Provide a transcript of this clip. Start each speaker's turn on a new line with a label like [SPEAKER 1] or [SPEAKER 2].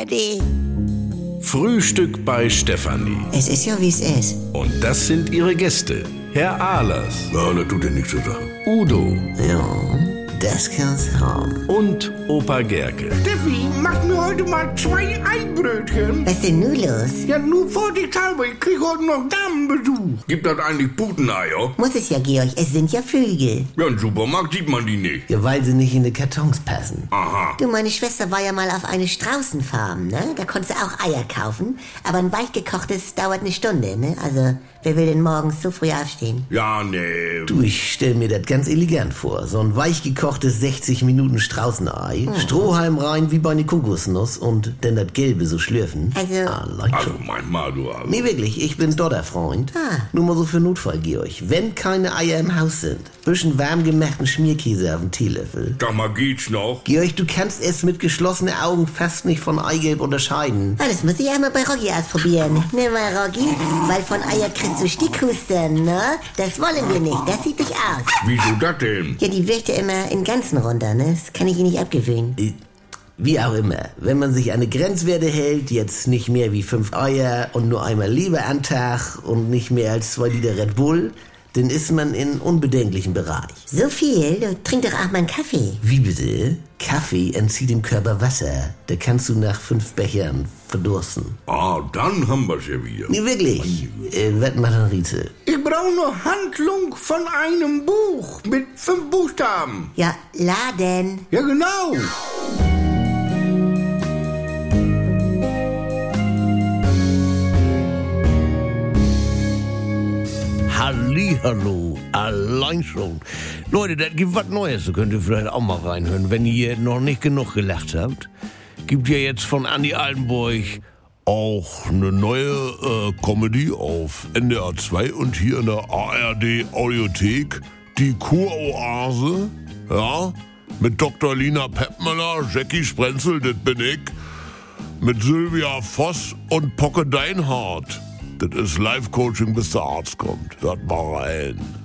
[SPEAKER 1] Eddie.
[SPEAKER 2] Frühstück bei Stefanie.
[SPEAKER 1] Es ist ja, wie es ist.
[SPEAKER 2] Und das sind ihre Gäste. Herr Ahlers. Ja, das tut ja nichts zu sagen. Udo
[SPEAKER 1] Ja, das kann's haben.
[SPEAKER 2] und Opa Gerke.
[SPEAKER 3] Steffi, mach mir heute mal zwei Eibrötchen.
[SPEAKER 1] Was ist denn nun los?
[SPEAKER 3] Ja, nur vorsichtshalber, ich krieg heute noch Damenbesuch. Gibt das eigentlich Puteneier?
[SPEAKER 1] Muss es ja, Georg, es sind ja Vögel.
[SPEAKER 3] Ja, im Supermarkt sieht man die nicht.
[SPEAKER 4] Ja, weil sie nicht in die Kartons passen.
[SPEAKER 3] Aha.
[SPEAKER 1] Du, meine Schwester war ja mal auf eine Straußenfarm, ne? Da konntest du auch Eier kaufen. Aber ein weichgekochtes dauert eine Stunde, ne? Also, wer will denn morgens so früh aufstehen?
[SPEAKER 3] Ja, nee.
[SPEAKER 4] Du, ich stell mir das ganz elegant vor. So ein weichgekochtes 60 Minuten Straußenei,
[SPEAKER 1] Hm.
[SPEAKER 4] Strohhalm rein wie bei einer Kokosnuss und dann das Gelbe so schlürfen.
[SPEAKER 1] Also-
[SPEAKER 4] ah, leicht
[SPEAKER 3] Also
[SPEAKER 4] schon.
[SPEAKER 3] manchmal, du also.
[SPEAKER 4] Nee, wirklich, ich bin Dodderfreund.
[SPEAKER 1] Ah.
[SPEAKER 4] Nur mal so für Notfall, Georg. Wenn keine Eier im Haus sind, bisschen warm gemachten Schmierkäse auf dem Teelöffel.
[SPEAKER 3] Sag mal, geht's noch?
[SPEAKER 4] Georg, du kannst es mit geschlossenen Augen fast nicht von Eigelb unterscheiden.
[SPEAKER 1] Ah, das muss ich ja mal bei Rocky ausprobieren. Ne, mal Rocky? Weil von Eier kriegst du Stickhusten, ne? Das wollen wir nicht, das sieht nicht aus.
[SPEAKER 3] Wieso das denn?
[SPEAKER 1] Ja, die wirft ja immer in Ganzen runter, ne? Das kann ich ihr nicht abgewöhnen.
[SPEAKER 4] Äh, Wie auch immer, wenn man sich eine Grenzwerte hält, jetzt nicht mehr wie fünf Eier und nur einmal Leber am Tag und nicht mehr als zwei Liter Red Bull, dann ist man in unbedenklichen Bereich.
[SPEAKER 1] So viel, du trink doch auch mal einen Kaffee.
[SPEAKER 4] Wie bitte? Kaffee entzieht dem Körper Wasser. Da kannst du nach fünf Bechern verdursten.
[SPEAKER 3] Ah, dann haben wir's ja wieder.
[SPEAKER 4] Nee, wirklich. Äh, was macht ein Rätsel?
[SPEAKER 3] Ich brauche noch Handlung von einem Buch mit fünf Buchstaben.
[SPEAKER 1] Ja, laden.
[SPEAKER 3] Ja, genau.
[SPEAKER 5] Hallihallo, allein schon. Leute, das gibt was Neues, da könnt ihr vielleicht auch mal reinhören, wenn ihr noch nicht genug gelacht habt. Gibt ja jetzt von Andy Altenburg auch eine neue äh, Comedy auf NDR 2 und hier in der ARD Audiothek, die Kuroase, ja, mit Dr. Lina Peppmüller, Jackie Sprenzel, das bin ich mit Sylvia Voss und Pocke Deinhardt. Das ist Life-Coaching, bis der Arzt kommt. Hört mal rein.